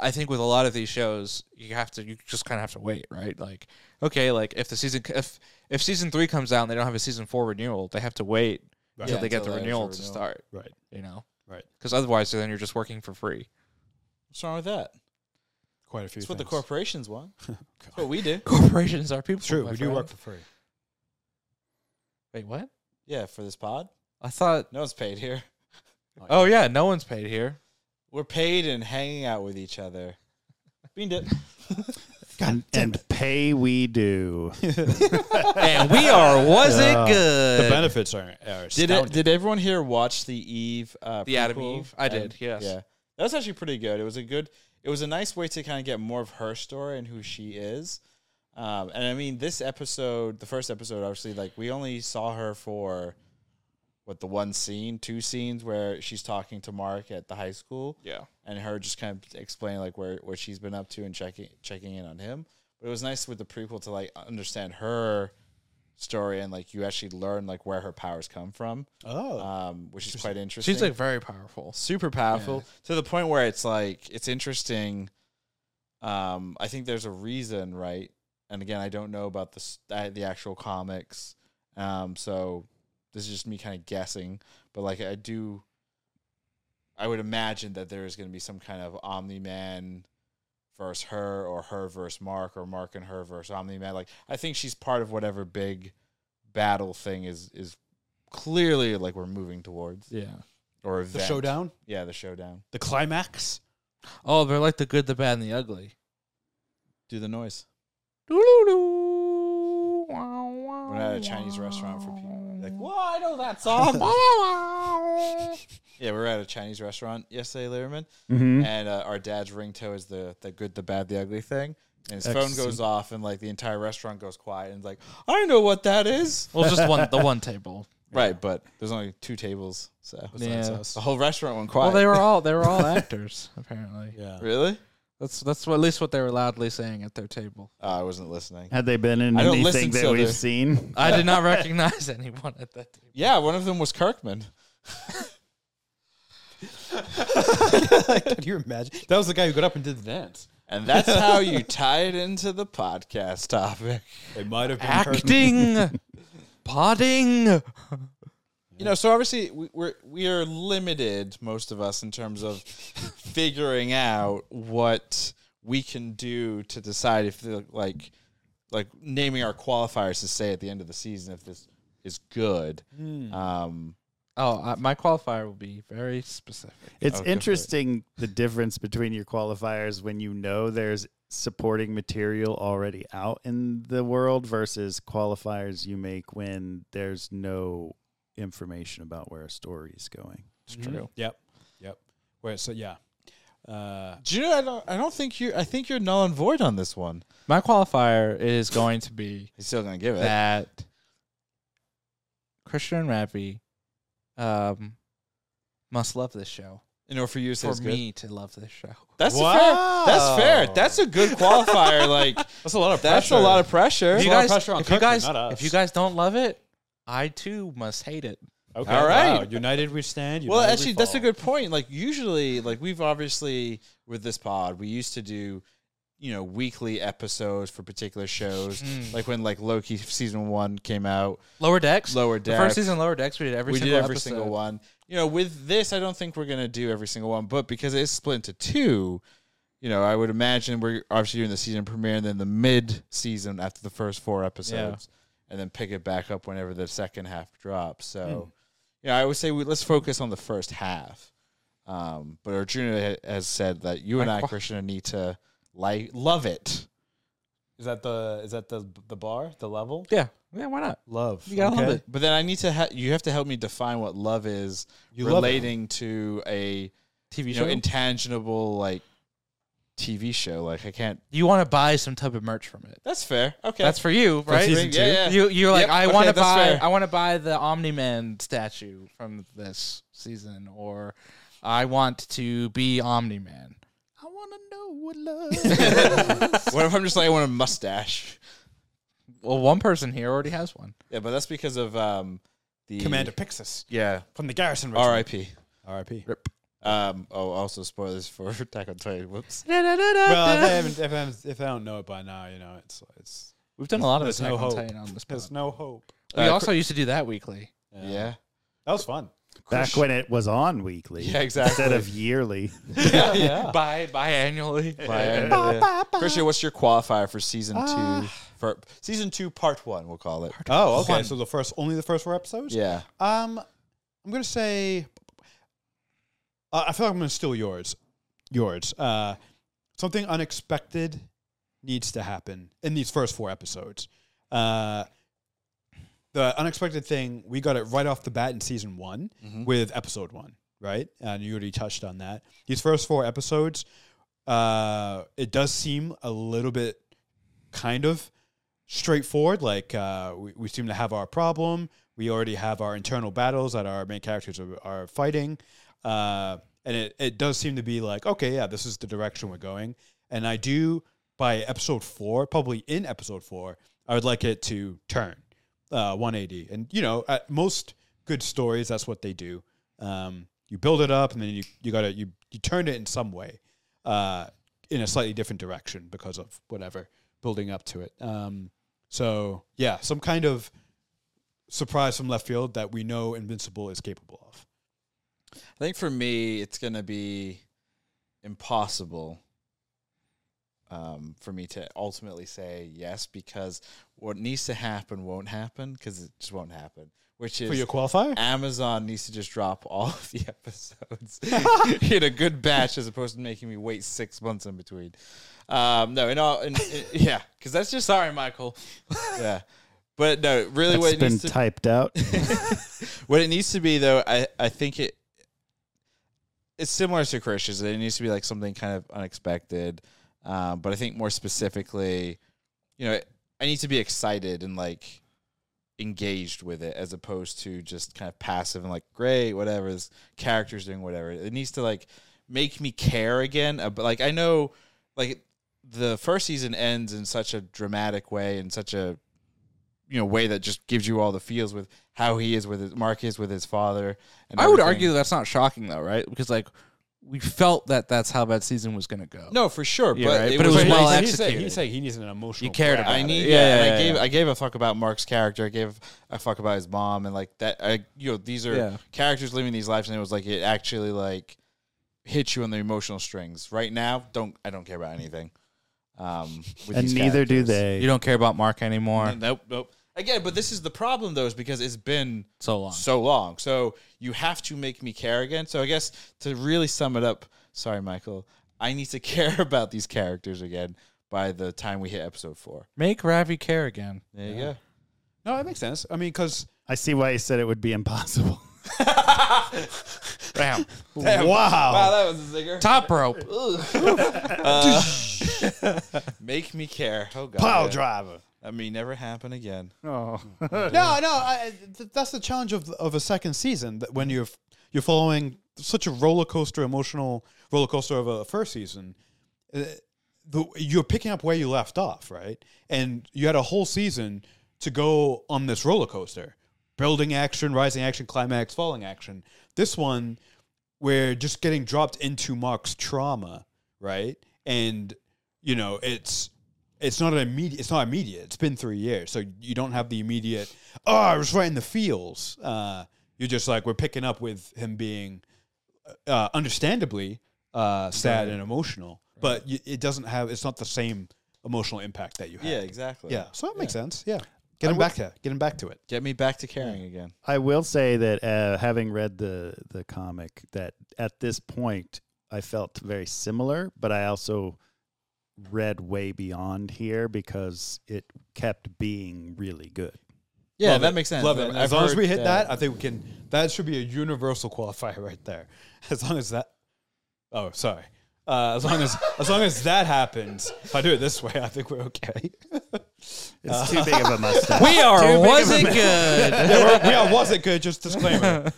I think with a lot of these shows, you have to you just kind of have to wait, right? Like okay, like if the season if if season 3 comes out and they don't have a season 4 renewal, they have to wait
Right.
until
Yeah,
they get
until
the
there's a
renewal to
renewal.
start,
Right.
you know?
Right.
Cuz otherwise then you're just working for free.
what's wrong with that?
Quite a few.
That's what the
things.
corporations want. That's what we do.
Corporations are people.
It's true.
my
We do
friend.
work for free.
Wait, what?
Yeah, for this pod,
I thought
no one's paid here.
Oh yeah, no one's paid here.
We're paid in hanging out with each other. Beaned it.
and, and pay we do.
and we are was
Yeah.
it good?
The benefits are, are
Did
astounding.
it, did everyone here watch the Eve? Uh,
The Adam
prequel?
Eve? I
Adam-
did, yes.
Yeah, that was actually pretty good. It was a good. It was a nice way to kind of get more of her story and who she is. Um, and I mean, this episode, the first episode, obviously, like we only saw her for what the one scene, two scenes where she's talking to Mark at the high school
yeah.
and her just kind of explaining like where what she's been up to and checking checking in on him. But it was nice with the prequel to like understand her story and like you actually learn like where her powers come from,
oh,
um, which is quite interesting.
She's like very powerful.
super powerful to the point where it's like it's interesting. Um, I think there's a reason, right? And again, I don't know about the s- uh, the actual comics, um, so this is just me kind of guessing. But like, I do, I would imagine that there is going to be some kind of Omni Man versus her, or her versus Mark, or Mark and her versus Omni Man. Like, I think she's part of whatever big battle thing is is clearly like we're moving towards
Yeah.
or
the
event.
showdown,
Yeah, the showdown.
the climax.
Oh, they're like the good, the bad, and the ugly.
Do the noise.
We're
We're at a Chinese restaurant for people. Like,
what?
well, I know that song. yeah, we were at a Chinese restaurant yesterday, Learman,
Mhm.
and uh, our dad's ringtone is the the good, the bad, the ugly thing. And his phone
Excellent.
goes off, and like the entire restaurant goes quiet, and like, I know what that is.
well, just one, the one table.
Right, but there's only two tables, so
Yeah.
the whole restaurant went
Well,
quiet.
they were all they were all actors apparently.
Yeah.
really?
That's that's what, at least what they were loudly saying at their table.
Oh, I wasn't listening.
Had they been in
I don't listen
anything that
to
we've
the-
seen?
I did not recognize anyone at that table.
Yeah, one of them was Kirkman.
Can you imagine? That was the guy who got up and did the dance.
And that's how you tie it into the podcast topic.
It might have been Kirkman.
Acting, podding.
You know, so obviously we, we're we are limited, most of us, in terms of figuring out what we can do to decide if the, like like naming our qualifiers to say at the end of the season if this is good. Um,
Hmm. Oh, I, my qualifier will be very specific.
It's
Oh, good
interesting the difference between your qualifiers when you know there's supporting material already out in the world versus qualifiers you make when there's no information about where a story is going.
It's
Mhm.
true.
Yep. Yep. Wait. So yeah. Uh,
do you know, I don't I don't think you I think you're null and void on this one.
My qualifier is going to be
He's still gonna give it.
that Christian and Rappy um, must love this show.
in order for you to say
For
it's good.
me to love this show.
That's a
Wow.
fair. That's fair. That's a good qualifier. like
that's a lot of.
that's a
pressure.
lot of pressure.
If
you
a lot of
guys,
pressure on
if you
Kirkman,
guys,
not
if you
us.
guys don't love it, I too must hate it.
Okay.
All right.
wow. United we stand.
Well,
united we
actually, that's a
fall.
good point. Like usually, like we've obviously with this pod, we used to do, you know, weekly episodes for particular shows. like when like Loki season one came out,
Lower decks,
Lower
the
Deck.
first season, of Lower Decks. We did every
we
single
did every
episode.
single one. You know, with this, I don't think we're gonna do every single one, but because it's split into two, you know, I would imagine we're obviously doing the season premiere and then the mid season after the first four episodes, and then pick it back up whenever the second half drops. So,
Hmm.
you know, I would say we, let's focus on the first half. Um, but Arjuna ha- has said that you and I,
Like-
Krishna, need to like love it.
Is that the is that the the bar the level?
Yeah, yeah. Why not?
Love.
You gotta love it.
But then I need to ha- you have to help me define what love is
You love it.
relating to a
TV
you
show.
know, intangible like TV show. Like I can't.
You want to buy some type of merch from it.
That's fair. Okay,
That's for you,
That's
right?
great.
season two?
Yeah, yeah.
You you're like
Yep,
I
okay,
want to
that's
buy
fair.
I want to buy the Omni Man statue from this season, or I want to be Omni Man.
I want to know what love.
what if I'm just like I want a mustache?
Well, one person here already has one.
Yeah, but that's because of um the
Commander Pixis
Yeah,
from the Garrison Regiment.
R.I.P.
R.I.P.
Um. Oh, also spoilers for Attack on Titan. Whoops.
Well, if I, haven't, if, I haven't, if I don't know it by now, you know, it's it's
We've done a lot of
There's
Attack
no
on
hope.
Titan on this.
there's
pod.
no hope.
We
Uh,
also used to do that weekly.
Yeah.
That was fun.
Back when it was on weekly
Yeah, exactly.
instead of yearly.
yeah.
Bi biannually.
By- yeah. Christian, what's your qualifier for season two? For season two, part one, we'll call it.
Oh, okay. So the first, only the first four episodes.
Yeah.
Um, I'm gonna say. Uh, I feel like I'm gonna steal yours. Yours. Uh, something unexpected needs to happen in these first four episodes. Uh, the unexpected thing we got it right off the bat in season one with episode one, right? And you already touched on that. These first four episodes, uh, it does seem a little bit kind of straightforward. Like uh, we, we seem to have our problem. We already have our internal battles that our main characters are, are fighting. Uh, and it, it does seem to be like, okay, yeah, this is the direction we're going. And I do, by episode four, probably in episode four, I would like it to turn uh, 180. And, you know, at most good stories, that's what they do. Um, you build it up and then you, you got to, you, you turn it in some way uh, in a slightly different direction because of whatever building up to it. Um, so yeah, some kind of surprise from left field that we know Invincible is capable of.
I think for me, it's gonna be impossible um, for me to ultimately say yes because what needs to happen won't happen because it just won't happen. Which is
For your qualifier,
Amazon needs to just drop all of the episodes in a good batch, as opposed to making me wait six months in between. Um, no, in all, in, in- yeah, because that's just
Sorry, Michael.
yeah. But no, really, what
It's
it
been
needs to
typed out.
what it needs to be though, I, I think it it's similar to Chris's. It needs to be like something kind of unexpected. Um, but I think more specifically, you know, I need to be excited and like engaged with it as opposed to just kind of passive and like, great, whatever, this character's doing whatever. It needs to like make me care again. uh, But like I know like the first season ends in such a dramatic way in such a you know way that just gives you all the feels with how he is with his Mark is with his father. And
I would
everything.
argue that's not shocking though, right? Because like we felt that that's how that season was going to go.
no for sure,
Yeah,
but
right,
it
but it
was,
was well
like-
he's saying,
executed.
he's saying he needs an emotional.
You cared about
I need
it.
yeah, and I gave I gave a fuck about Mark's character. I gave a fuck about his mom and like that. I you know these are
Yeah.
characters living these lives, and it was like it actually like hit you on the emotional strings. Right now, don't I don't care about anything. Um, with
and
these
neither do
characters.
they.
You don't care about Mark anymore.
Nope, nope. Again, but this is the problem though, is because it's been
So long.
so long. So you have to make me care again. So I guess to really sum it up, sorry, Michael, I need to care about these characters again by the time we hit episode four.
Make Ravi care again.
There you go.
No, that makes sense. I mean, because
I see why you said it would be impossible.
Bam.
Wow, that was a zinger.
Top rope.
Make me care. Oh god.
Pile driver.
That may never happen again.
Oh.
no, no, I, th- that's the challenge of of a second season that when you're f- you're following such a roller coaster, emotional roller coaster of a first season. uh, The, you're picking up where you left off, right? And you had a whole season to go on this roller coaster, building action, rising action, climax, falling action. This one, we're just getting dropped into Mark's trauma, right? And you know, it's it's not an immediate. It's not immediate. It's been three years, so you don't have the immediate. Oh, I was right in the feels. Uh, you're just like we're picking up with him being, uh, understandably, uh, sad and emotional, but you, it doesn't have. It's not the same emotional impact that you had.
Yeah, exactly.
yeah. So that makes sense. Yeah, get him back to get him back to it.
Get me back to caring again.
I will say that uh, having read the the comic, that at this point I felt very similar, but I also read way beyond here because it kept being really good.
Yeah,
Love
that
it.
makes sense.
Love
I've
it. As long as
heard
we hit that, I think we can. That should be a universal qualifier right there. As long as that. Oh, sorry. Uh, as long as as long as that happens, if I do it this way, I think we're okay.
It's too big of a mustache.
We are
big of
wasn't good.
yeah, we're, yeah, was it good? Just disclaimer.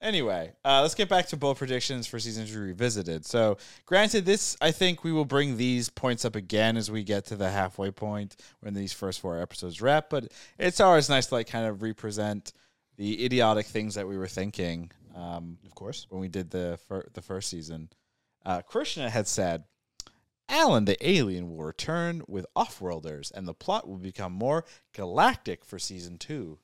Anyway, uh, let's get back to bold predictions for season two revisited. So, granted, this I think we will bring these points up again as we get to the halfway point when these first four episodes wrap. But it's always nice to like kind of represent the idiotic things that we were thinking. Um,
of course.
when we did the fir- the first season, uh, Krishna had said, "Alan the alien will return with Offworlders, and the plot will become more galactic for season two.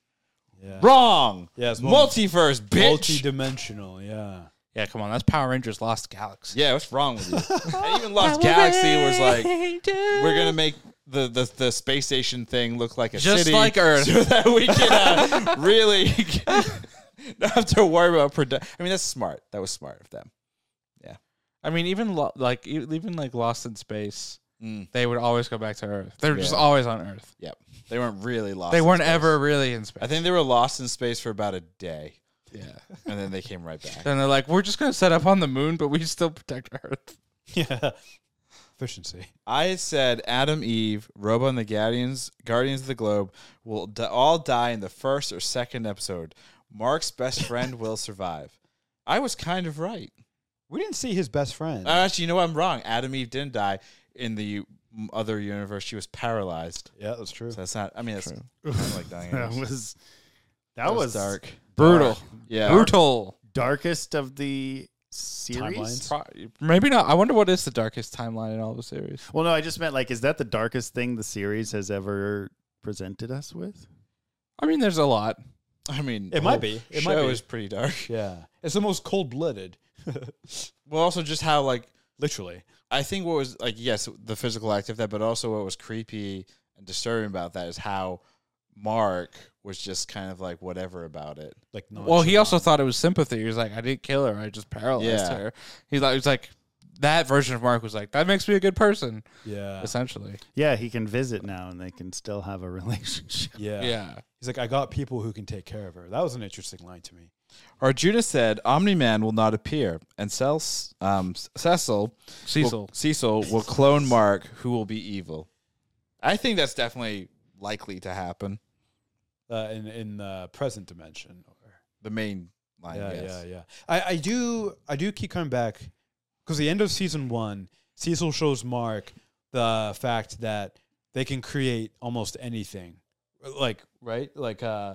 Wrong.
Yeah, it's more
multiverse, bitch.
Multi-dimensional. Yeah.
yeah, come on. That's Power Rangers Lost Galaxy.
yeah, what's wrong with you? and even Lost Galaxy was like, "We're gonna make." The, the, the space station thing look like a
Just
city
like Earth.
so that we can uh, really not have to worry about production. I mean that's smart. That was smart of them.
I mean, even lo- like e- even like Lost in Space,
Mm.
they would always go back to Earth. They're just
Yeah.
always on Earth.
Yep, they weren't really lost.
They
in
weren't
space.
ever really in space.
I think they were lost in space for about a day,
yeah.
and then they came right back.
Then they're like, we're just gonna set up on the moon, but we still protect Earth.
Yeah. Efficiency.
I said Adam, Eve, Robo, and the Guardians, Guardians of the Globe will d- all die in the first or second episode. Mark's best friend will survive. I was kind of right.
We didn't see his best friend.
Uh, Actually, you know what? I'm wrong. Adam, Eve didn't die in the m- other universe. She was paralyzed.
yeah, that's true.
So that's not. I mean, that's kind of like dying.
That was that,
That
was,
was dark.
Brutal.
Yeah.
Brutal.
darkest of the series.
Timelines.
Pro- Maybe not. I wonder what is the darkest timeline in all the series.
Well, no, I just meant like, is that the darkest thing the series has ever presented us with?
I mean, there's a lot.
I mean,
It
the
might
whole
be. It
show
might be.
is pretty dark.
yeah. It's the most cold-blooded.
Well, also just how like
Literally.
I think what was like yes, the physical act of that, but also what was creepy and disturbing about that is how Mark was just kind of like whatever about it.
Like
Well, he also
nonchalant.
thought it was sympathy. He was like, I didn't kill her. I just paralyzed
Yeah.
her. He's like, he was like, that version of Mark was like, that makes me a good person,
Yeah.
essentially.
Yeah, he can visit now, and they can still have a relationship.
Yeah.
yeah.
He's like, I got people who can take care of her. That was an interesting line to me.
Arjuna said, "Omni Man will not appear, and Cels, um, Cecil
Cecil.
will, Cecil will clone Mark, who will be evil." I think that's definitely likely to happen.
Uh, in in the present dimension.
The main line,
yeah,
yes.
yeah, yeah. I, I do I do keep coming back because the end of season one, Cecil shows Mark the fact that they can create almost anything, like right, like uh,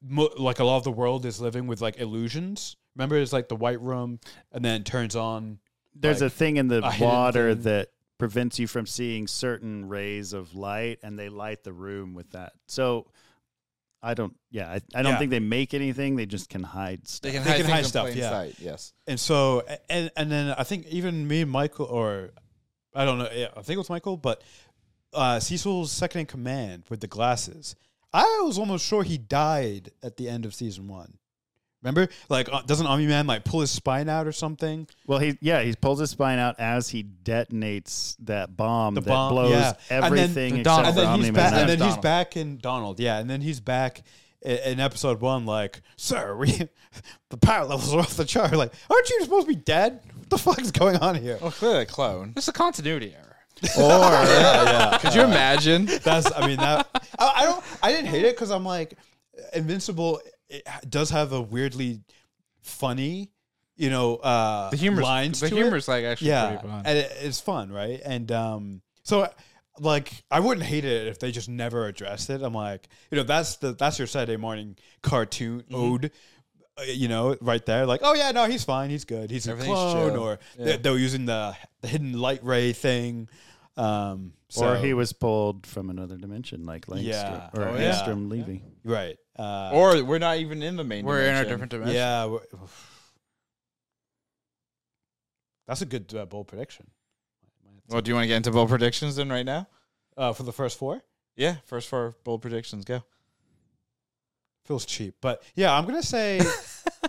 mo- like a lot of the world is living with like illusions. Remember, it's like the white room, and then turns on.
There's
Like,
a thing in the
a hidden
water
thing.
that prevents you from seeing certain rays of light, and they light the room with that. So. I don't. Yeah, I, I don't
Yeah.
think they make anything. They just can hide stuff.
They can
They
hide
can
things
hide
in
stuff,
plain
yeah.
sight.
Right, yes.
And so, a- and and then I think even me and Michael, or I don't know, yeah, I think it was Michael, but uh, Cecil's second in command with the glasses. I was almost sure he died at the end of season one. Remember, like, uh, doesn't Omni Man like pull his spine out or something?
Well, he yeah, he pulls his spine out as he detonates that bomb
The
that
bomb,
blows
yeah. And then
everything
the
except
Donald-
for
and then he's
Omni-Man.
back.
His
And
name's
then he's
Donald.
back in Donald. Yeah, and then he's back i- in episode one. Like, sir, we the power levels are off the chart. Like, aren't you supposed to be dead? What the fuck is going on here?
Well, clearly a clone.
It's a continuity error.
Could you
Uh,
imagine?
That's I mean that I, I don't I didn't hate it because I'm like Invincible it ha- does have a weirdly funny you know uh
The humor's,
lines
the
to
humor's like
it.
actually
yeah
pretty fun.
and it, it's fun right and um so like I wouldn't hate it if they just never addressed it I'm like you know that's the that's your Saturday morning cartoon
Mm-hmm.
ode uh, you know right there like oh yeah no he's fine he's good he's a
Everything's
clone
chill.
or they, they were using the, the hidden light ray thing um
or
so-
he was pulled from another dimension, like Langstrom
Yeah.
or
Oh, yeah.
Angstrom Levy.
right uh,
Or we're not even in the main.
We're in a
dimension.
different dimension.
Yeah. we're- That's a good uh, bold prediction.
Well, do you want to get into bold predictions then right now?
Uh, for the first four,
Yeah, first four bold predictions go.
feels cheap, but yeah, I'm gonna say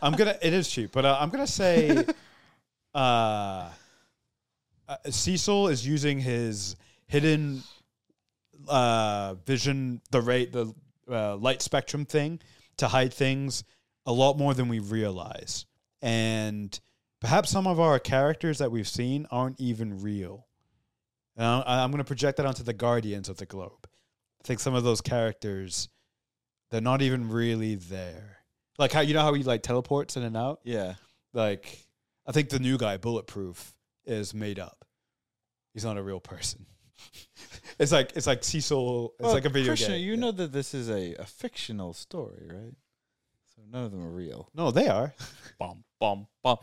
I'm gonna. It is cheap, but uh, I'm gonna say uh, uh, Cecil is using his hidden uh, vision, the rate, the uh, light spectrum thing, to hide things a lot more than we realize, and Perhaps some of our characters that we've seen aren't even real. And I- I'm going to project that onto the Guardians of the Globe. I think some of those characters, they're not even really there. Like how you know how he like teleports in and out.
Yeah.
Like I think the new guy, Bulletproof, is made up. He's not a real person. it's like it's like Cecil. It's like a video
Oh, Krishna,
game.
you
Yeah.
know that this is a, a fictional story, right? So none of them are real.
No, they are.
Bum, bum, bum.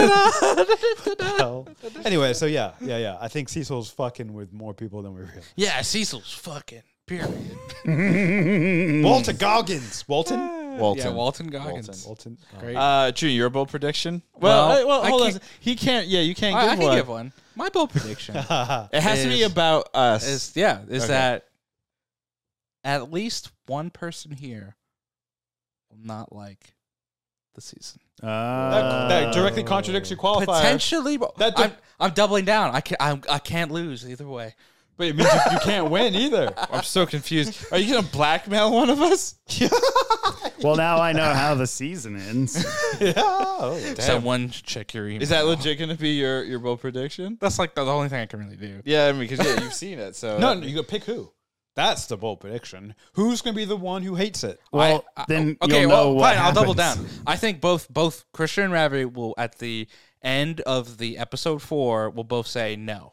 Well, anyway, so yeah, yeah, yeah. I think Cecil's fucking with more people than we realize.
yeah, Cecil's fucking period.
Walter Goggins. Walton?
Yeah, Walton Goggins.
Walton.
Great.
Uh, Drew, your bold prediction? Well,
Well,
I- well,
I
hold on. a
can't-
sec. He can't. Yeah, you can't
I,
give
I can
one.
give one. My bold prediction
It has to be
Is-
about us.
is yeah, is
Okay.
that at least one person here will not like the season.
Uh,
that, that directly contradicts your qualifier.
Potentially, but
That
I'm,
don't-
I'm doubling down. I can I'm, I can't lose either way.
But it means you, you can't win either.
I'm so confused. Are you gonna blackmail one of us?
Well, now I know how the season ends.
yeah. Oh,
Someone check your email.
Is that legit gonna be your your bold prediction?
That's like the only thing I can really do.
Yeah, I mean, because yeah, you've seen it. So
no, you got pick who. That's the bold prediction. Who's going to be the one who hates it?
Well,
I- I-
then
okay,
you'll
well,
know
fine.
what
I'll double down.
happens.
I think both both Christian and Ravi will at the end of the episode four will both say no.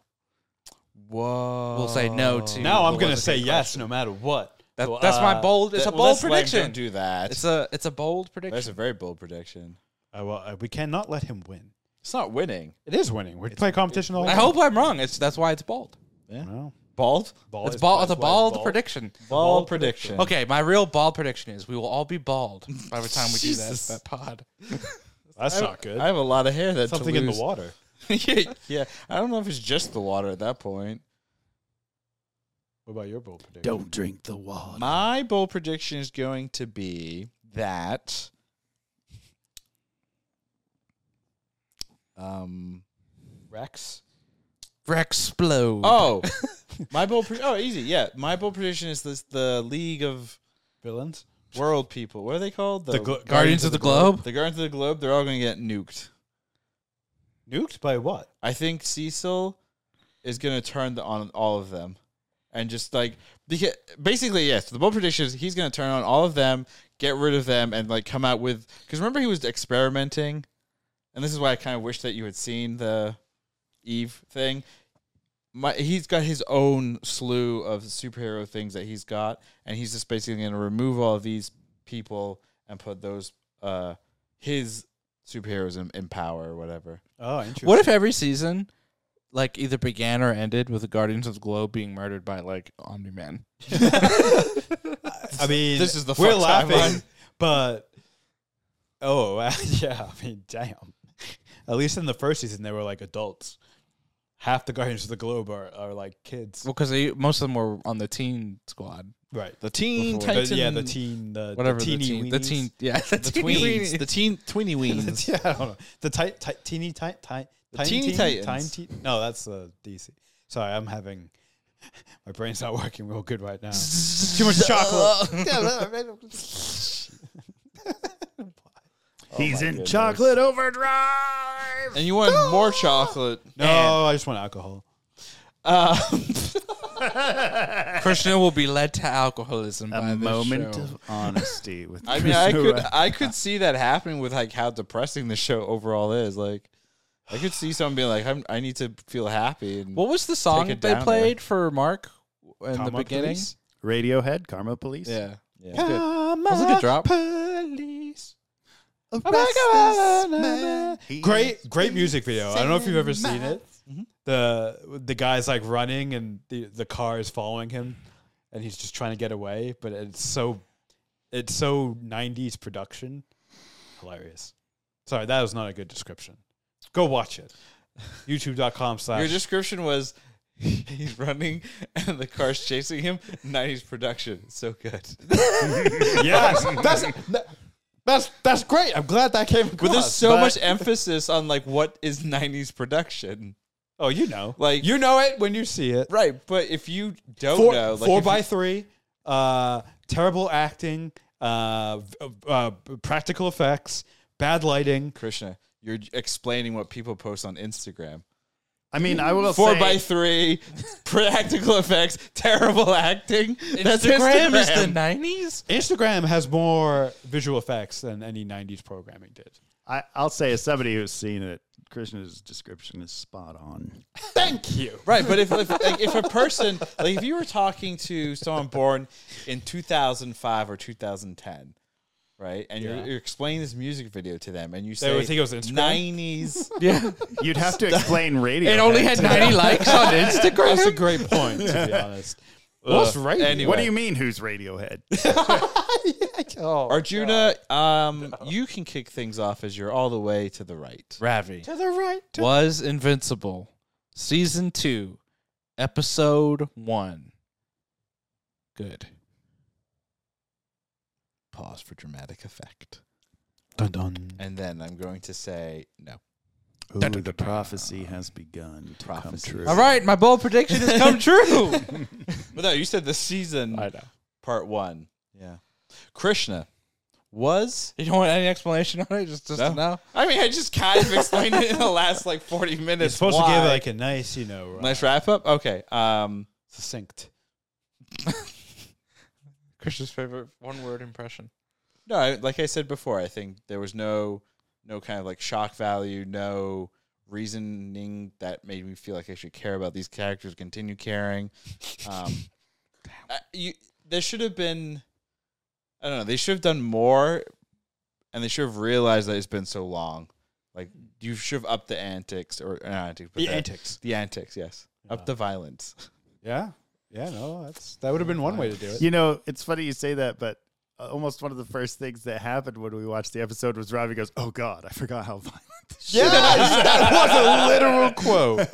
whoa.
We'll say no
Oh.
to.
Now I'm going
the
to
ones that
say
take
yes
Christian.
no matter what.
That-
So,
that's my
uh,
bold. It's
That- well,
a bold
that's lame.
prediction.
Don't do that.
It's a it's a bold
That's a
prediction.
very bold prediction.
uh, well, uh, we cannot let him win.
It's not winning.
It is winning. We play competition all
I hope I'm wrong. It's that's why it's bold.
No.
Bald.
Ball
It's
is-
bald.
that's
It's a
why
bald
bald.
prediction.
Bald prediction.
Okay, my real bald prediction is we will all be bald by the time we do that,
Jesus.
that pod.
That's not good.
I have a lot of hair that's
Something in the water.
yeah,
Yeah, I don't know if it's just the water at that point.
What about your bold prediction?
Don't drink the water.
My bold prediction is going to be that. Um.
Rex.
Rexplode.
Oh, my bold. Pre- oh, easy. Yeah, my bold prediction is this: the League of
Villains.
World People. What are they called? The,
Glo-
Guardians of the Globe.
the Guardians of the Globe. They're all going to get nuked.
Nuked by what?
I think Cecil is going to turn the, on all of them, and just like because basically, yes, the bold prediction is he's going to turn on all of them, get rid of them, and like come out with because remember he was experimenting, and this is why I kind of wish that you had seen the Eve thing. My, he's got his own slew of superhero things that he's got, and he's just basically going to remove all of these people and put those uh, his superheroes in, in power or whatever.
Oh, interesting.
What if every season, like either began or ended with the Guardians of the Globe being murdered by like Omni Man?
I mean,
This is the
we're
fuck
laughing,
timeline.
but oh uh, yeah, I mean, damn. At least in the first season, they were like adults. Half the Guardians of the Globe are, are like kids,
Well, because most of them were on the Teen Squad,
right?
The Teen
Before- the-
Titan.
yeah, the teen, the,
whatever
the
the,
teeny
teen, the
weenies.
teen, yeah, the,
The
teeny
tweens.
weenies.
The teen tweeny weens.
yeah, I don't know. The tight, tight, teeny, tight, tight,
The Teeny Titans.
Teen, no, that's uh, DC. Sorry, I'm having my brain's not working real good right now. Too much chocolate.
He's
Oh my
in
goodness.
chocolate overdrive.
and you want more chocolate.
no, I just want alcohol.
Uh,
Krishna Um, will be led to alcoholism by
A
this
moment
show.
of honesty with
I mean, I could
Krishna.
I could see that happening with like how depressing the show overall is. Like, I could see someone being like, I'm, "I need to feel happy." And
what was the song
Take it
that they
down
played for Mark in
Karma
the beginning?
Police?
Radiohead, Karma Police.
Yeah,
Yeah.
It's good.
Karma
was a good drop. Oh
Police.
Arrest this man.
Great, great music video. I don't know if you've ever seen it. The the guy's like running and the the car is following him, and he's just trying to get away. But it's so, it's so '90s production, hilarious. Sorry, that was not a good description. Go watch it. YouTube.com
Your
slash.
description was he's running and the car's chasing him. Nineties production, It's so good.
yes, that's that's that's great. I'm glad that came.
But
Across,
there's so
but-
much emphasis on like what is nineties production,
Oh, you know,
Like-
you know it when you see it.
right? But if you don't
four,
know, Oh, like
four
if
by
you-
three, uh, terrible acting, uh, v- uh, practical effects, bad lighting.
Krishna, You're j- explaining what people post on Instagram.
I mean, I will
Four
say,
by three, practical effects, terrible acting. That's
Instagram
Instagram.
is the nineties.
Instagram has more visual effects than any '90s programming did.
I, I'll say, as somebody who's seen it, Krishna's description is spot on.
Thank you.
Right, but if if, like, if a person like if you were talking to someone born in 2005 or 2010, right, and
Yeah.
you're, you're explaining this music video to them, and you say
They would think it was Instagram?
90s,
Yeah,
You'd have to explain radio.
it only had ninety likes on
That's a
Instagram.
great point. To be honest,
What's
right?
Anyway.
What do you mean? Who's Radiohead?
Oh,
Arjuna, um, you can kick things off as you're all the way to the right.
Ravi
to the right. To
was invincible, season two, episode one. Good.
Pause for dramatic effect,
dun, dun.
and then I'm going to say no.
Ooh, the prophecy has begun to
Prophecy.
come true.
All right, my bold prediction has come true.
But no, you said the season
I know.
part one. Yeah, Krishna was
you don't want any explanation on it? Just just
No.
to know.
I mean, I just kind of explained it in the last like 40 minutes.
It's supposed to
why.
give like a nice, you know, uh,
nice wrap up. Okay. Um,
succinct.
Christian's favorite one word impression.
no, I, like I said before, I think there was no, no kind of like shock value, no reasoning that made me feel like I should care about these characters. Continue caring. Um, I, you, there should have been, I don't know, they should have done more, and they should have realized that it's been so long. Like you should have upped the antics or not antics, but
The
the-
antics.
the antics, yes, up the violence.
Yeah. Yeah. No, that's that would have been one way to do it.
You know, it's funny you say that, but uh, almost one of the first things that happened when we watched the episode was Robbie goes, "Oh God, I forgot how violent." This
Yeah, that
was a literal quote.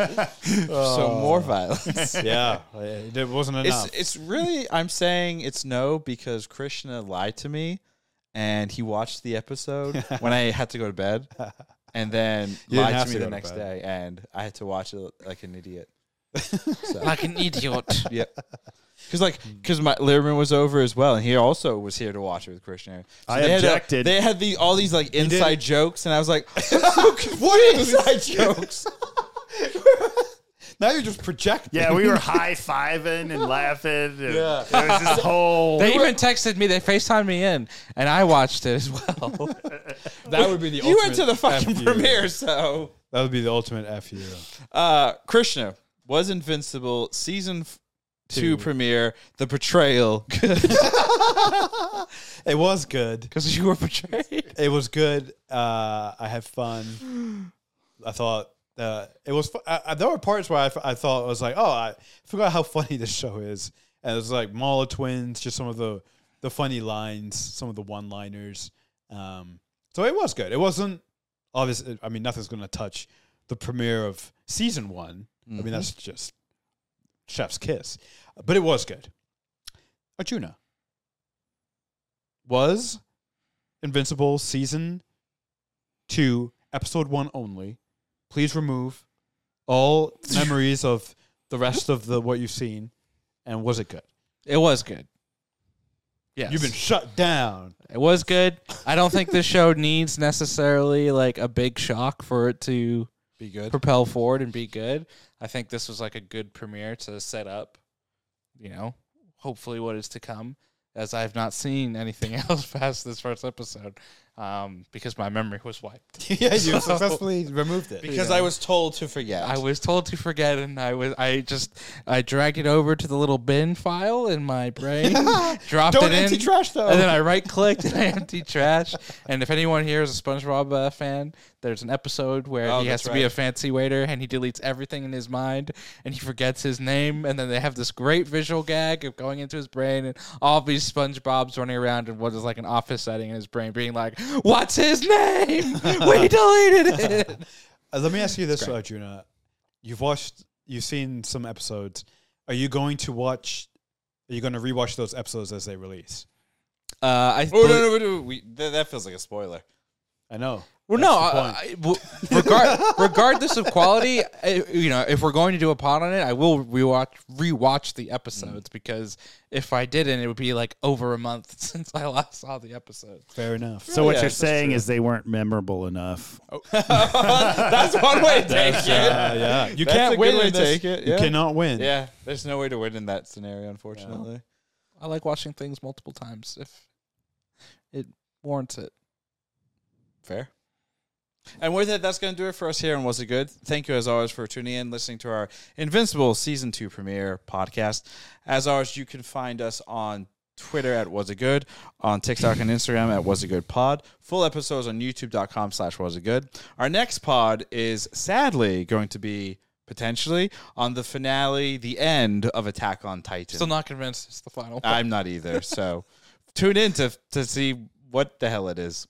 So
Oh.
more violence.
yeah, it wasn't enough.
It's it's really I'm saying it's no because Krishna lied to me, and he watched the episode when I had to go to bed, and then
didn't
lied
have
to me
to go
the
to
next
bed.
day, and I had to watch it like an idiot.
Like an idiot.
Yeah. Because like, because my Lieberman was over as well, and he also was here to watch it with Krishna. So
I
they had a-
objected.
they had the all these like inside jokes, and I was like, "What inside jokes?"
now you're just projecting.
Yeah, we were high fiving and laughing. And yeah, it was this whole.
They even texted me. They FaceTimed me in, and I watched it as well.
that would be the.
You went to the fucking
F you.
premiere,
Oh.
so
That would be the ultimate fu.
uh, Krishna was Invincible season f- two,
Two.
premiere. The betrayal.
It was good.
Because you were betrayed.
It was good. Uh, I had fun. I thought uh, it was. Fu- I, I- there were parts where I, f- I thought I was like, oh, I forgot how funny this show is. And it was like Mala Twins, just some of the the funny lines, some of the one liners. Um, so it was good. It wasn't obviously. I mean, nothing's going to touch the premiere of season one. I mean, that's just chef's kiss. But it was good. Arjuna was Invincible season two, episode one only. Please remove all memories of the rest of the what you've seen. And was it good?
It was good. Yes.
You've been shut down.
It was good. I don't think this show needs necessarily like a big shock for it to
Be good.
propel forward and be good. I think this was like a good premiere to set up, you know, hopefully what is to come. As I've not seen anything else past this first episode, um, because my memory was wiped.
yeah, you successfully removed it.
Because I was told to forget.
I was told to forget, and I was I just I dragged it over to the little bin file in my brain, dropped
Don't
it in,
empty trash, though.
and then I right clicked and I empty trash. And if anyone here is a SpongeBob uh, fan, there's an episode where
Oh,
he has
that's
to be
right.
a fancy waiter and he deletes everything in his mind and he forgets his name, and then they have this great visual gag of going into his brain and all these SpongeBob's running around in what is like an office setting in his brain, being like, "What's his name? we deleted it."
Uh, let me ask you this, Arjuna. You've watched, you've seen some episodes. Are you going to watch, are you going to rewatch those episodes as they release?
Uh, I
uh, Oh no no no! no. We, th- that feels like a spoiler.
I know.
Well,
That's
no,
the
I- I- w- regard, regardless of quality, I, you know, if we're going to do a pod on it, I will rewatch rewatch the
Mm.
episodes because if I didn't, it would be like over a month since I last saw the episode.
Fair enough.
So what you're
Yeah, that's
saying
true.
is they weren't memorable enough.
That's one way to take it.
Yeah, yeah. You
That's uh, a
can't
good
win.
way
in
to
this.
take it,
You
yeah.
cannot win.
Yeah, there's no way to win in that scenario, unfortunately.
I like watching things multiple times if it warrants it.
Fair. And with it, that's going to do it for us here And Was It Good? Thank you, as always, for tuning in, listening to our Invincible Season 2 premiere podcast. As always, you can find us on Twitter at Was It Good, on TikTok and Instagram at Was It Good Pod. Full episodes on YouTube.com slash Was It Good. Our next pod is sadly going to be potentially on the finale, the end of Attack on Titan.
Still not convinced it's the final.
I'm not either. So tune in to, to see what the hell it is.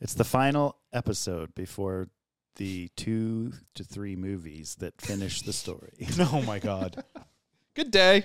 It's the final episode before the two to three movies that finish the story.
Oh my god.
Good day.